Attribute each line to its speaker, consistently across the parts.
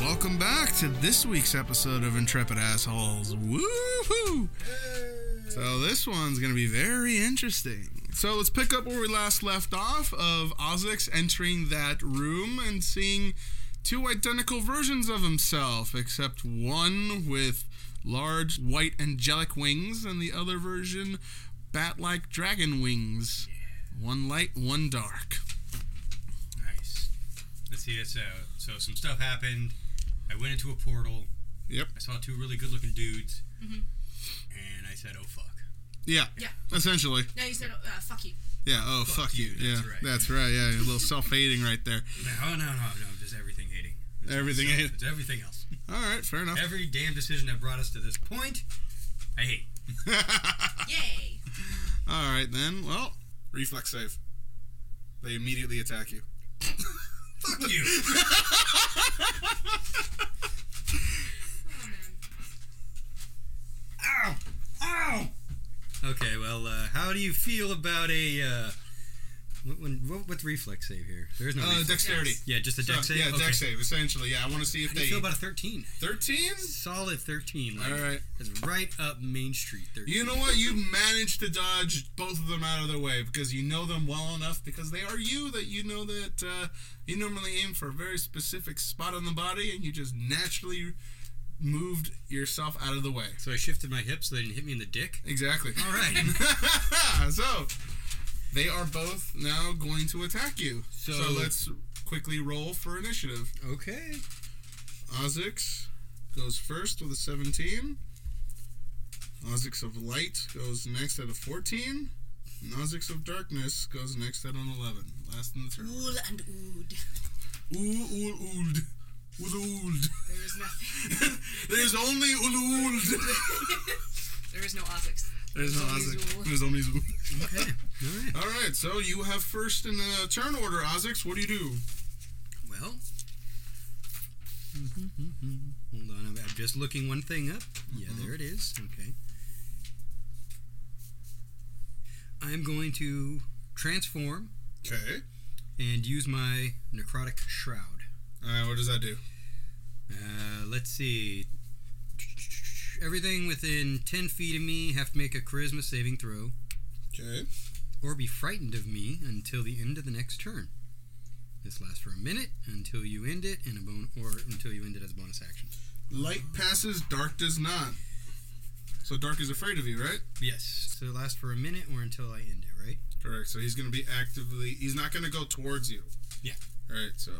Speaker 1: Welcome back to this week's episode of Intrepid Assholes. Woohoo! So this one's gonna be very interesting. So let's pick up where we last left off of Ozix entering that room and seeing two identical versions of himself, except one with large white angelic wings and the other version bat-like dragon wings. One light, one dark.
Speaker 2: Nice. Let's see. That's uh, so some stuff happened. I went into a portal.
Speaker 1: Yep.
Speaker 2: I saw two really good-looking dudes, and I said, "Oh fuck."
Speaker 1: Yeah.
Speaker 3: Yeah.
Speaker 1: Essentially.
Speaker 3: No, you said, uh, fuck you.
Speaker 1: Yeah. Oh, fuck,
Speaker 2: Fuck
Speaker 1: you.
Speaker 2: you,
Speaker 1: Yeah.
Speaker 2: that's right.
Speaker 1: That's right. Yeah. A little self-hating right there.
Speaker 2: Oh no no no! Just everything hating. It's
Speaker 1: Everything
Speaker 2: myself.
Speaker 1: hating.
Speaker 2: It's everything else.
Speaker 1: All right. Fair enough.
Speaker 2: Every damn decision that brought us to this point, I hate.
Speaker 3: Yay.
Speaker 1: All right then. Well, reflex save. They immediately attack you.
Speaker 2: Fuck you.
Speaker 3: Oh, man.
Speaker 2: Ow! Ow! Okay, well, uh, how do you feel about a uh, what, when, what, what's reflex save here? There's no
Speaker 1: Uh,
Speaker 2: reflex.
Speaker 1: dexterity.
Speaker 3: Yes.
Speaker 2: yeah, just a
Speaker 1: So,
Speaker 2: dex save.
Speaker 1: yeah,
Speaker 2: okay.
Speaker 1: dex save. Essentially, yeah. I want to see if
Speaker 2: How do
Speaker 1: they
Speaker 2: you feel about a thirteen?
Speaker 1: thirteen.
Speaker 2: Solid thirteen. Like,
Speaker 1: All right.
Speaker 2: That's right up Main Street. 13.
Speaker 1: You know what? You managed to dodge both of them out of their way because you know them well enough because they are you that you know that uh, you normally aim for a very specific spot on the body and you just naturally moved yourself out of the way.
Speaker 2: So I shifted my hips so they didn't hit me in the dick.
Speaker 1: Exactly.
Speaker 2: All right.
Speaker 1: so they are both now going to attack you. So,
Speaker 2: So-
Speaker 1: let's quickly roll for initiative.
Speaker 2: okay.
Speaker 1: Ozix goes first with a 17. Ozix of Light goes next at a 14. And Ozix of Darkness goes next at an 11. Last in the turn.
Speaker 3: Ool and ood.
Speaker 1: Ooh, ool, old. Ool, old.
Speaker 3: There is nothing.
Speaker 1: There's only ool, old.
Speaker 3: there is no Ozix.
Speaker 1: There's no
Speaker 3: Only
Speaker 1: Ozix.
Speaker 3: Zool.
Speaker 1: There's only Zool.
Speaker 2: Okay. All right.
Speaker 1: All right, so you have first in the turn order, Ozix. What do you do?
Speaker 2: Well. Hold on, I'm, I'm just looking one thing up. Yeah, there it is. Okay. I'm going to transform
Speaker 1: Okay.
Speaker 2: and use my necrotic shroud.
Speaker 1: Uh, what does that do?
Speaker 2: Uh, let's see. Everything within 10 feet of me have to make a charisma saving throw
Speaker 1: Okay.
Speaker 2: or be frightened of me until the end of the next turn. This lasts for a minute until you end it and a bon- or until you end it as a bonus action.
Speaker 1: Light passes, dark does not. So dark is afraid of you, right?
Speaker 2: Yes. So it lasts for a minute or until I end it, right?
Speaker 1: Correct. So he's going to be actively. He's not going to go towards you.
Speaker 2: Yeah.
Speaker 1: All right. So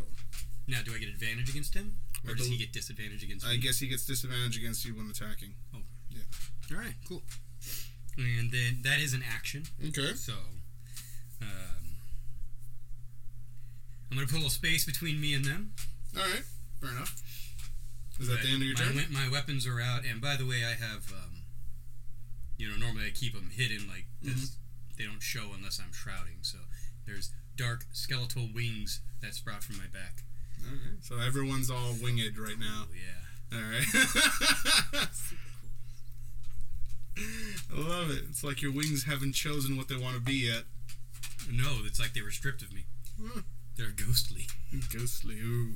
Speaker 2: Now, do I get advantage against him? Or
Speaker 1: I
Speaker 2: does he
Speaker 1: believe-
Speaker 2: get disadvantage against me?
Speaker 1: I guess he gets disadvantage against you when attacking.
Speaker 2: All right, cool. And then that is an action.
Speaker 1: Okay.
Speaker 2: So, um, I'm going to put a little space between me and them.
Speaker 1: All right. Fair enough. Is that
Speaker 2: But
Speaker 1: the end of your
Speaker 2: my,
Speaker 1: turn?
Speaker 2: we- My weapons are out, and by the way, I have, um, you know, normally I keep them hidden, like that's, they don't show unless I'm shrouding. So there's dark skeletal wings that sprout from my back.
Speaker 1: All right. So everyone's all winged right now.
Speaker 2: Oh, yeah.
Speaker 1: All right.
Speaker 3: Super cool.
Speaker 1: I love it. It's like your wings haven't chosen what they want to be yet.
Speaker 2: No, it's like they were stripped of me.
Speaker 1: Hmm.
Speaker 2: They're ghostly.
Speaker 1: Ghostly. Ooh.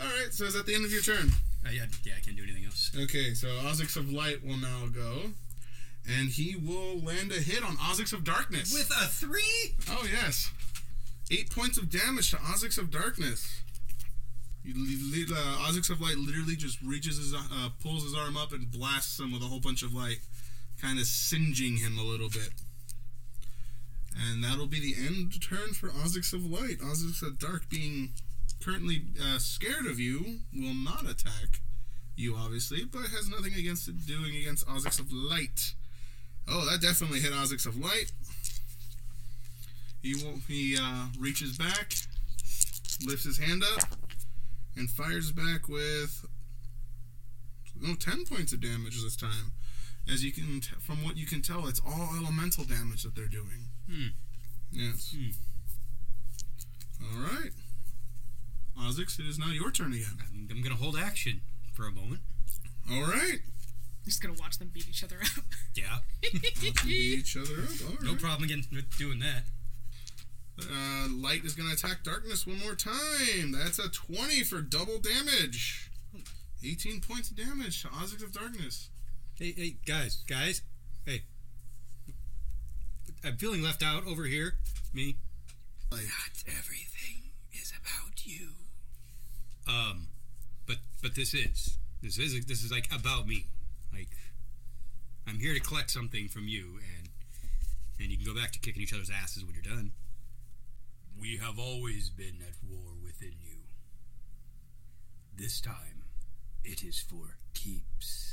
Speaker 1: All right. So is that the end of your turn?
Speaker 2: I, I, yeah, I can't do anything else.
Speaker 1: Okay, so Ozix of Light will now go. And he will land a hit on Ozix of Darkness.
Speaker 2: With a three?
Speaker 1: oh, yes. Eight points of damage to Ozix of Darkness. You, li- li- uh, Ozix of Light literally just reaches his, uh, pulls his arm up and blasts him with a whole bunch of light, kind of singeing him a little bit. And that'll be the end turn for Ozix of Light. Ozix of Dark, being currently uh, scared of you, will not attack you, obviously, but has nothing against it doing against Ozix of Light. Oh, that definitely hit Ozix of Light. He will, he uh, reaches back, lifts his hand up, and fires back with no ten points of damage this time. As you can, t- from what you can tell, it's all elemental damage that they're doing.
Speaker 2: Hmm.
Speaker 1: Yes.
Speaker 2: Hmm.
Speaker 1: All right, Ozix, it is now your turn again.
Speaker 2: I'm, I'm gonna hold action for a moment.
Speaker 1: All right.
Speaker 3: Just gonna watch them beat each other up.
Speaker 2: Yeah.
Speaker 1: Beat each other up. All right.
Speaker 2: No problem getting with doing that.
Speaker 1: Uh, light is going to attack darkness one more time. That's a 20 for double damage. 18 points of damage to Ozzyx of Darkness.
Speaker 2: Hey, hey, guys, guys, hey. I'm feeling left out over here. Me.
Speaker 1: Like,
Speaker 4: Not everything is about you. Um, but but this is this is this is like about me. Like, I'm here to collect something from you, and and you can go back to kicking each other's asses when you're done. We have always been at war within you. This time, it is for keeps.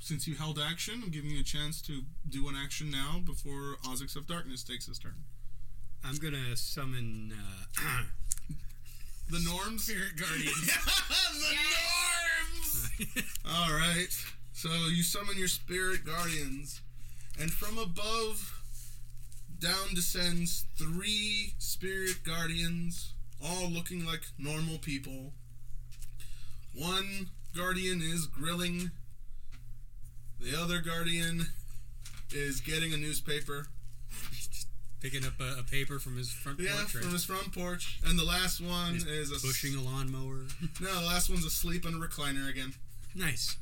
Speaker 1: since you held action, I'm giving you a chance to do an action now before Ozzyx of Darkness takes his turn.
Speaker 2: I'm gonna summon. Uh,
Speaker 1: The norms. Spirit
Speaker 2: Guardians.
Speaker 1: the norms! All right. So you summon your spirit guardians, and from above, down descends three spirit guardians, all looking like normal people. One guardian is grilling, the other guardian is getting a newspaper.
Speaker 2: picking up a, a paper from his front
Speaker 1: Yeah,
Speaker 2: porch,
Speaker 1: from
Speaker 2: right?
Speaker 1: his front porch. And the last one
Speaker 2: He's
Speaker 1: is a
Speaker 2: pushing a lawnmower.
Speaker 1: No, the last one's asleep in a recliner again.
Speaker 2: nice.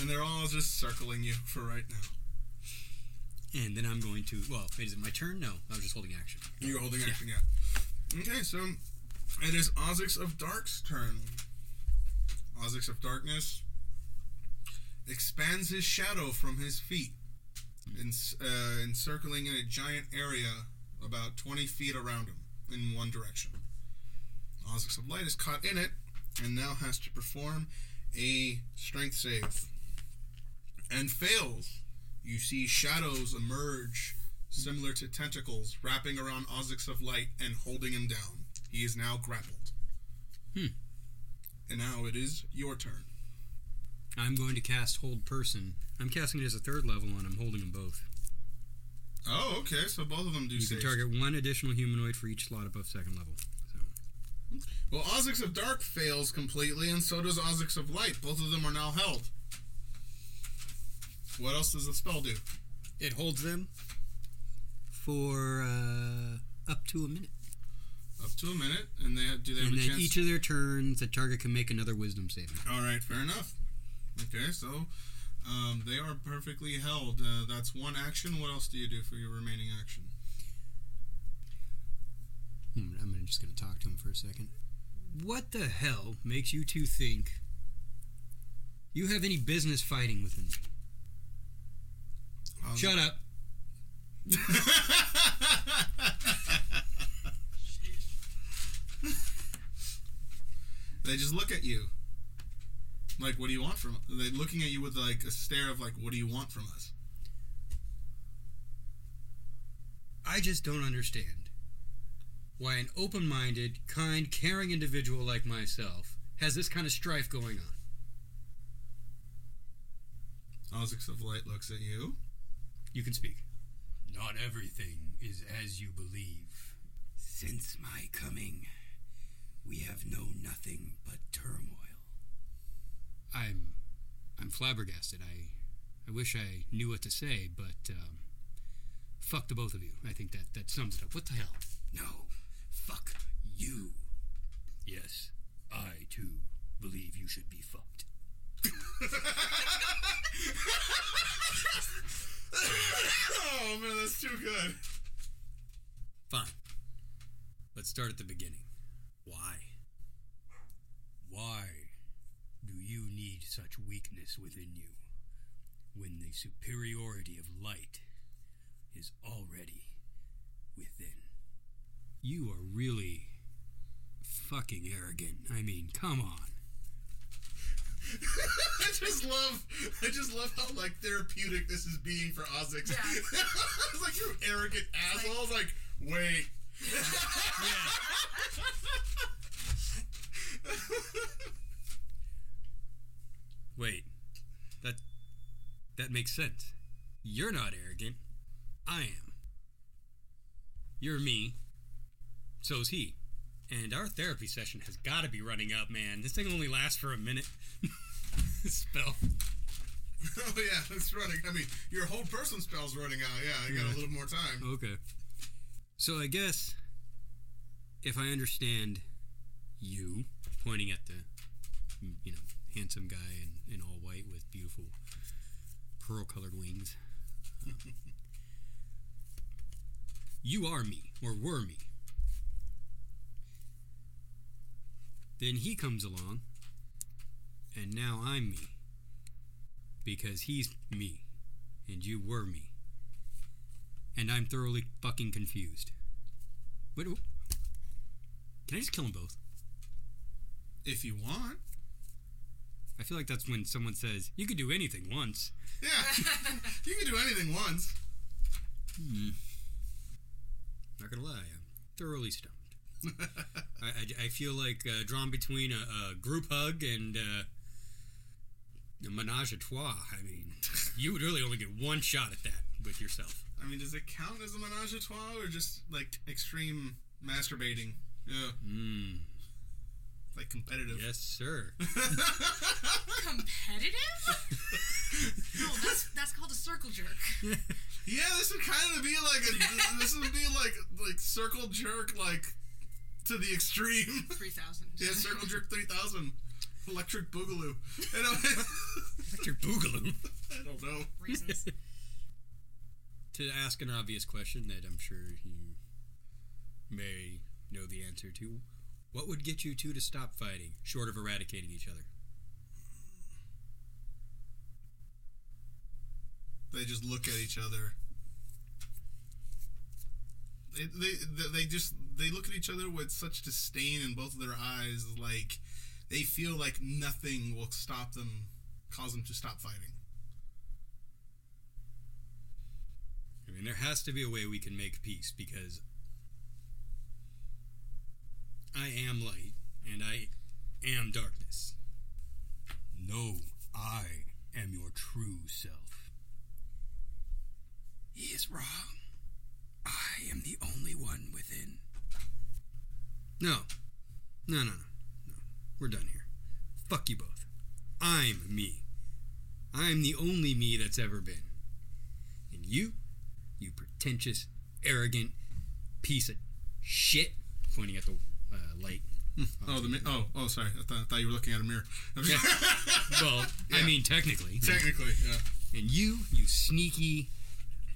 Speaker 1: And they're all just circling you for right now.
Speaker 2: And then I'm going to. Well, wait, is it my turn? No, I was just holding action.
Speaker 1: You're holding action, yeah. Okay, so it is Ozix of Dark's turn. Ozix of Darkness expands his shadow from his feet, en- uh, encircling a giant area about 20 feet around him in one direction. Ozix of Light is caught in it and now has to perform a strength save and fails. You see shadows emerge similar to tentacles wrapping around Ozix of Light and holding him down. He is now grappled.
Speaker 2: Hmm.
Speaker 1: And now it is your turn.
Speaker 2: I'm going to cast Hold Person. I'm casting it as a third level, and I'm holding them both.
Speaker 1: Oh, okay. So both of them do
Speaker 2: You
Speaker 1: saves.
Speaker 2: can target one additional humanoid for each slot above second level.
Speaker 1: Well, Ozix of Dark fails completely, and so does Ozix of Light. Both of them are now held. What else does the spell do?
Speaker 2: It holds them for uh, up to a minute.
Speaker 1: Up to a minute, and they do they have
Speaker 2: and
Speaker 1: a
Speaker 2: then
Speaker 1: chance?
Speaker 2: each of their turns, the target can make another wisdom saving.
Speaker 1: All right, fair enough. Okay, so um, they are perfectly held. Uh, that's one action. What else do you do for your remaining action?
Speaker 2: Hmm, I'm gonna- just going to talk to him for a second. What the hell makes you two think you have any business fighting with him?
Speaker 4: Um,
Speaker 1: Ozzy-
Speaker 2: Shut up.
Speaker 1: they just look at you. Like, what do you want from? They looking at you with like a stare of like, what do you want from us?
Speaker 2: I just don't understand why an open minded, kind, caring individual like myself has this kind of strife going on.
Speaker 1: Ozix of Light looks at you.
Speaker 2: You can speak.
Speaker 4: Not everything is as you believe. Since my coming, we have known nothing but turmoil.
Speaker 2: I'm I'm flabbergasted. I I wish I knew what to say, but um, fuck the both of you. I think that that sums it up. What the hell?
Speaker 4: No, fuck you. Yes, I too believe you should be fucked.
Speaker 1: oh man, that's too good.
Speaker 2: Fine. Let's start at the beginning.
Speaker 4: Why? Why do you need such weakness within you when the superiority of light is already within?
Speaker 2: You are really fucking arrogant. I mean, come on.
Speaker 1: I just love, I just love how like therapeutic this is being for Ozix.
Speaker 3: Yeah.
Speaker 1: it's like you arrogant assholes. Like, wait.
Speaker 2: Wait. That that makes sense. You're not arrogant. I am. You're me. So's he. And our therapy session has got to be running up, man. This thing only lasts for a minute. Spell.
Speaker 1: Oh yeah, it's running. I mean, your whole person spell's running out. Yeah, I got
Speaker 2: Yeah.
Speaker 1: a little more time.
Speaker 2: Okay. So I guess if I understand, you, pointing at the, mm, you know, handsome guy in, in all white with beautiful pearl colored wings. Um, you are me, or were me. Then he comes along, and now I'm me. Because he's me, and you were me. And I'm thoroughly fucking confused. What? Can I just kill them both?
Speaker 1: If you want.
Speaker 2: I feel like that's when someone says, you could do anything once.
Speaker 1: Yeah. you can do anything once.
Speaker 2: Not gonna lie, I'm thoroughly stumped. I, I, I feel like uh, drawn between a, a group hug and uh, a menage a trois. I mean, you would really only get one shot at that with yourself.
Speaker 1: I mean, does it count as a menage a trois or just like extreme masturbating? Yeah.
Speaker 2: Mm,
Speaker 1: Like competitive.
Speaker 2: yes, sir.
Speaker 3: Competitive? no, that's that's called a circle jerk.
Speaker 1: Yeah, this would kind of be like a this would be like like circle jerk like to the extreme.
Speaker 3: Three thousand.
Speaker 1: Yeah, circle jerk three thousand, electric boogaloo. I don't,
Speaker 2: Electric boogaloo.
Speaker 1: I don't know.
Speaker 3: Reasons.
Speaker 2: to ask an obvious question that I'm sure you may know the answer to, what would get you two to stop fighting, short of eradicating each other?
Speaker 1: They just look at each other. They, they they just they look at each other with such disdain in both of their eyes, like they feel like nothing will stop them, cause them to stop fighting.
Speaker 2: I mean, there has to be a way we can make peace because I am light and I am darkness. No, I am your true self. He is wrong. I am the only one within. No. No, no, no. No. We're done here. Fuck you both. I'm me. I'm the only me that's ever been. And you you pretentious, arrogant piece of shit. Pointing at the uh, light. Uh,
Speaker 1: Oh the mi- oh oh sorry, I thought, I thought you were looking at a mirror.
Speaker 2: Well, I
Speaker 1: Yeah.
Speaker 2: mean, technically.
Speaker 1: Technically, yeah.
Speaker 2: And you, you sneaky,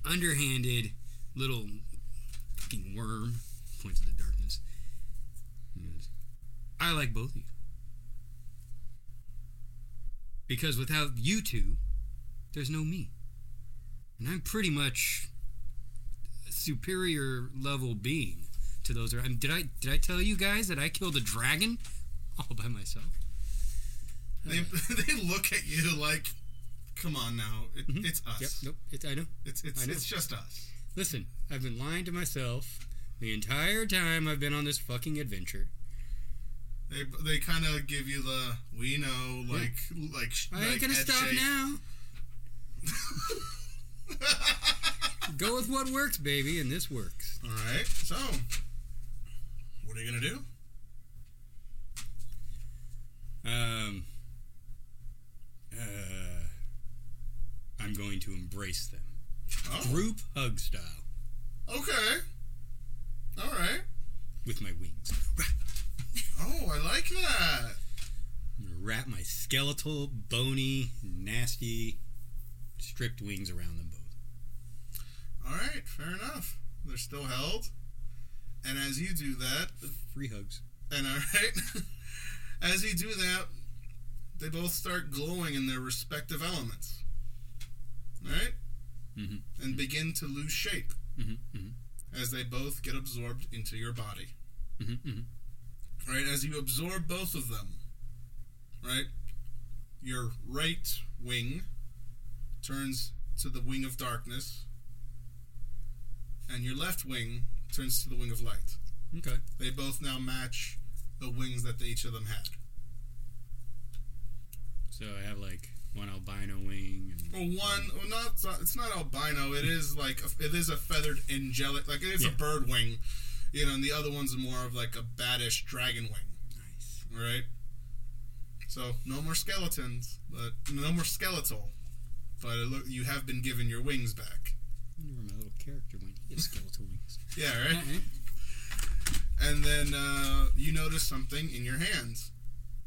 Speaker 2: underhanded little fucking worm. Points to the darkness. Yes. I like both of you. Because without you two, there's no me. And I'm pretty much a superior level being to those around. did I did I tell you guys that I killed a dragon all by myself?
Speaker 1: They, they look at you like, come on now, it, it's us.
Speaker 2: Mm-hmm. Yep. Nope. It, I know.
Speaker 1: It's it's,
Speaker 2: I know.
Speaker 1: it's just us.
Speaker 2: Listen, I've been lying to myself the entire time I've been on this fucking adventure.
Speaker 1: They they kind of give you the we know like like sh-
Speaker 2: I
Speaker 1: like
Speaker 2: ain't gonna
Speaker 1: head
Speaker 2: stop
Speaker 1: shake.
Speaker 2: now. Go with what works, baby, and this works.
Speaker 1: All right, so what are you gonna do?
Speaker 2: Um, uh, I'm going to embrace them.
Speaker 1: Oh,
Speaker 2: Group hug style
Speaker 1: okay, all right.
Speaker 2: with my wings.
Speaker 1: Oh, I like that.
Speaker 2: I'm gonna wrap my skeletal, bony, nasty, stripped wings around them both.
Speaker 1: All right, fair enough. They're still held, and as you do that,
Speaker 2: Free hugs.
Speaker 1: and all right, as you do that, they both start glowing in their respective elements. All right,
Speaker 2: Mhm.
Speaker 1: and begin to lose shape
Speaker 2: Mm-hmm, mm-hmm,
Speaker 1: as they both get absorbed into your body.
Speaker 2: mm-hmm, mm-hmm.
Speaker 1: right? As you absorb both of them, right? Your right wing turns to the wing of darkness, and your left wing turns to the wing of light.
Speaker 2: Okay.
Speaker 1: They both now match the wings that they, each of them had.
Speaker 2: So I have like one albino wing and
Speaker 1: Well, one, well, not it's not albino. It is like a, it is a feathered angelic, like it's
Speaker 2: Yeah.
Speaker 1: a bird wing, you know. And the other one's more of like a baddish dragon wing.
Speaker 2: Nice.
Speaker 1: All right. So no more skeletons, but no more skeletal. But it look, you have been given your wings back.
Speaker 2: I wonder where my little character went. He has skeletal wings.
Speaker 1: Yeah, right. And then uh, you notice notice something in your hands.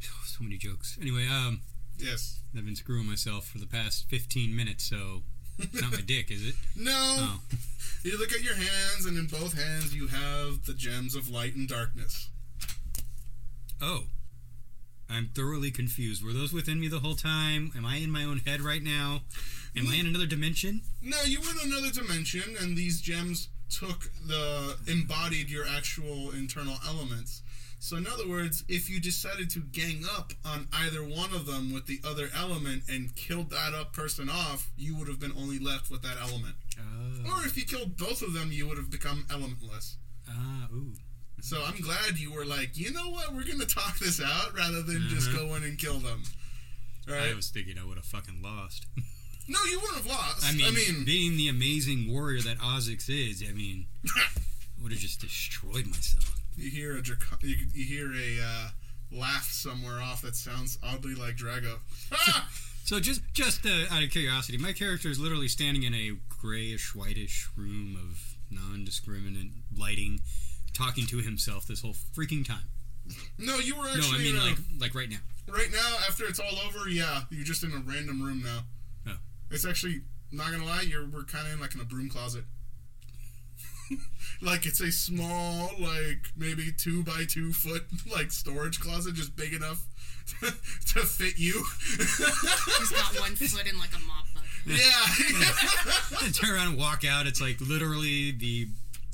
Speaker 2: Oh, so many jokes. Anyway, um,
Speaker 1: Yes.
Speaker 2: I've been screwing myself for the past 15 minutes, so it's not my dick, is it?
Speaker 1: No.
Speaker 2: Oh.
Speaker 1: You look at your hands, and in both hands you have the gems of light and darkness.
Speaker 2: Oh. I'm thoroughly confused. Were those within me the whole time? Am I in my own head right now? Am I in another dimension?
Speaker 1: No, you were in another dimension, and these gems took the embodied your actual internal elements. So, in other words, if you decided to gang up on either one of them with the other element and killed that up person off, you would have been only left with that element.
Speaker 2: Oh.
Speaker 1: Or if you killed both of them, you would have become elementless.
Speaker 2: Ah, ooh.
Speaker 1: So I'm glad you were like, you know what, we're gonna talk this out rather than just go in and kill them. Right?
Speaker 2: Mm-hmm. I was thinking I would have fucking lost.
Speaker 1: no, you wouldn't have lost.
Speaker 2: I mean, being the amazing warrior that Ozix is, I mean, I would have just destroyed myself.
Speaker 1: you hear a draco- you, you hear a uh, laugh somewhere off that sounds oddly like Drago. Ah!
Speaker 2: So just just uh, out of curiosity, my character is literally standing in a grayish, whitish room of non-discriminant lighting, talking to himself this whole freaking time.
Speaker 1: no, you were
Speaker 2: no, I
Speaker 1: actually
Speaker 2: mean
Speaker 1: in a-
Speaker 2: like like right now.
Speaker 1: right now after it's all over. Yeah, you're just in a random room now.
Speaker 2: Oh.
Speaker 1: It's actually not gonna lie, you're we're kind of in like in a broom closet. like it's a small, like maybe two by two foot, like storage closet, just big enough to, to fit you.
Speaker 3: He's got one foot in like a mop bucket.
Speaker 1: yeah.
Speaker 2: I turn around and walk out. It's like literally the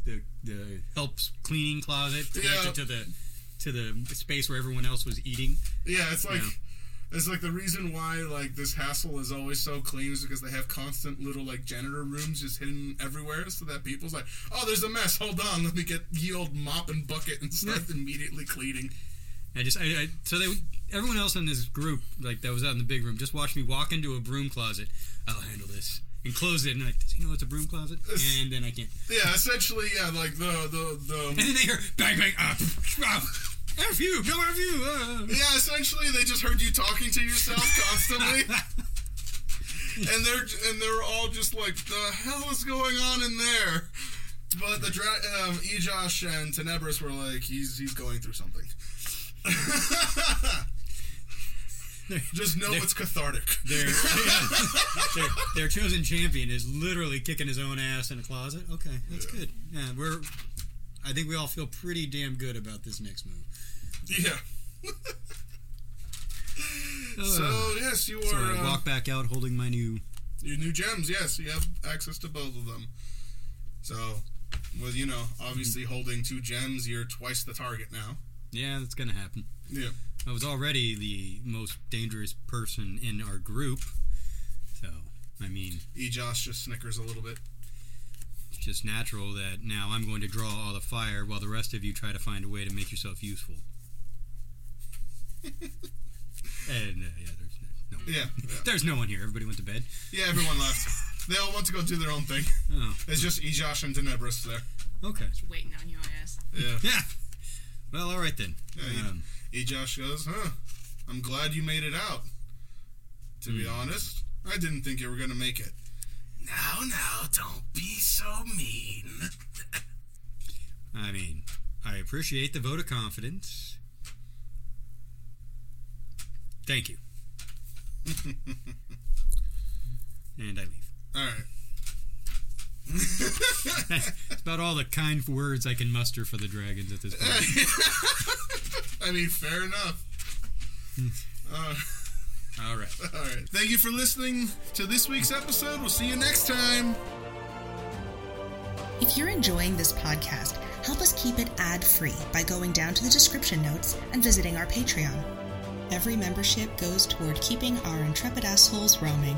Speaker 2: the, the helps cleaning closet connected
Speaker 1: Yeah.
Speaker 2: to the to the space where everyone else was eating.
Speaker 1: Yeah, it's like
Speaker 2: Yeah.
Speaker 1: it's like the reason why like this hassle is always so clean is because they have constant little like janitor rooms just hidden everywhere, so that people's like, oh, there's a mess. Hold on, let me get ye old mop and bucket and start immediately cleaning.
Speaker 2: I just I, I so they everyone else in this group like that was out in the big room just watched me walk into a broom closet. I'll handle this and close it. And they're like, does he know it's a broom closet? And then I can't.
Speaker 1: Yeah, essentially, yeah, like the the
Speaker 2: And
Speaker 1: the. um,
Speaker 2: then they hear bang bang ah, pff, ah, F you, no F you. ah."
Speaker 1: Yeah, essentially, they just heard you talking to yourself constantly, and they're and they're all just like, "The hell is going on in there?" But the dra- um, Ejosh and Tenebris were like, "He's he's going through something." just know it's cathartic.
Speaker 2: Their, their, their chosen champion is literally kicking his own ass in a closet. Okay, that's good. Yeah, we're. I think we all feel pretty damn good about this next move.
Speaker 1: Yeah.
Speaker 2: Ah.
Speaker 1: So yes, you are.
Speaker 2: So I
Speaker 1: uh,
Speaker 2: walk back out holding my new.
Speaker 1: Your new gems, yes, you have access to both of them. So, with you know, obviously holding two gems, you're twice the target now.
Speaker 2: Yeah, that's gonna happen.
Speaker 1: Yeah.
Speaker 2: I was already the most dangerous person in our group. So, I mean,
Speaker 1: Ejosh E just snickers a little bit.
Speaker 2: it's just natural that now I'm going to draw all the fire while the rest of you try to find a way to make yourself useful. and uh, yeah, there's no, no
Speaker 1: Yeah. Yeah,
Speaker 2: there's no one here. Everybody went to bed.
Speaker 1: Yeah, everyone left. They all want to go do their own thing.
Speaker 2: Oh,
Speaker 1: It's just Ejosh and Tenebris there.
Speaker 2: okay.
Speaker 3: Just waiting on your ass.
Speaker 1: Yeah.
Speaker 2: Yeah. Well, all right then.
Speaker 1: Yeah, you-
Speaker 2: Um,
Speaker 1: Ejosh goes, huh, I'm glad you made it out. To be honest, I didn't think you were going to make it. Now, now, don't be so mean.
Speaker 2: I mean, I appreciate the vote of confidence. Thank you. and I leave.
Speaker 1: All right.
Speaker 2: It's about all the kind words I can muster for the dragons at this point.
Speaker 1: I mean, fair enough. Uh,
Speaker 2: All right.
Speaker 1: all right. Thank you for listening to this week's episode. We'll see you next time.
Speaker 5: If you're enjoying this podcast, help us keep it ad free by going down to the description notes and visiting our Patreon. Every membership goes toward keeping our intrepid assholes roaming.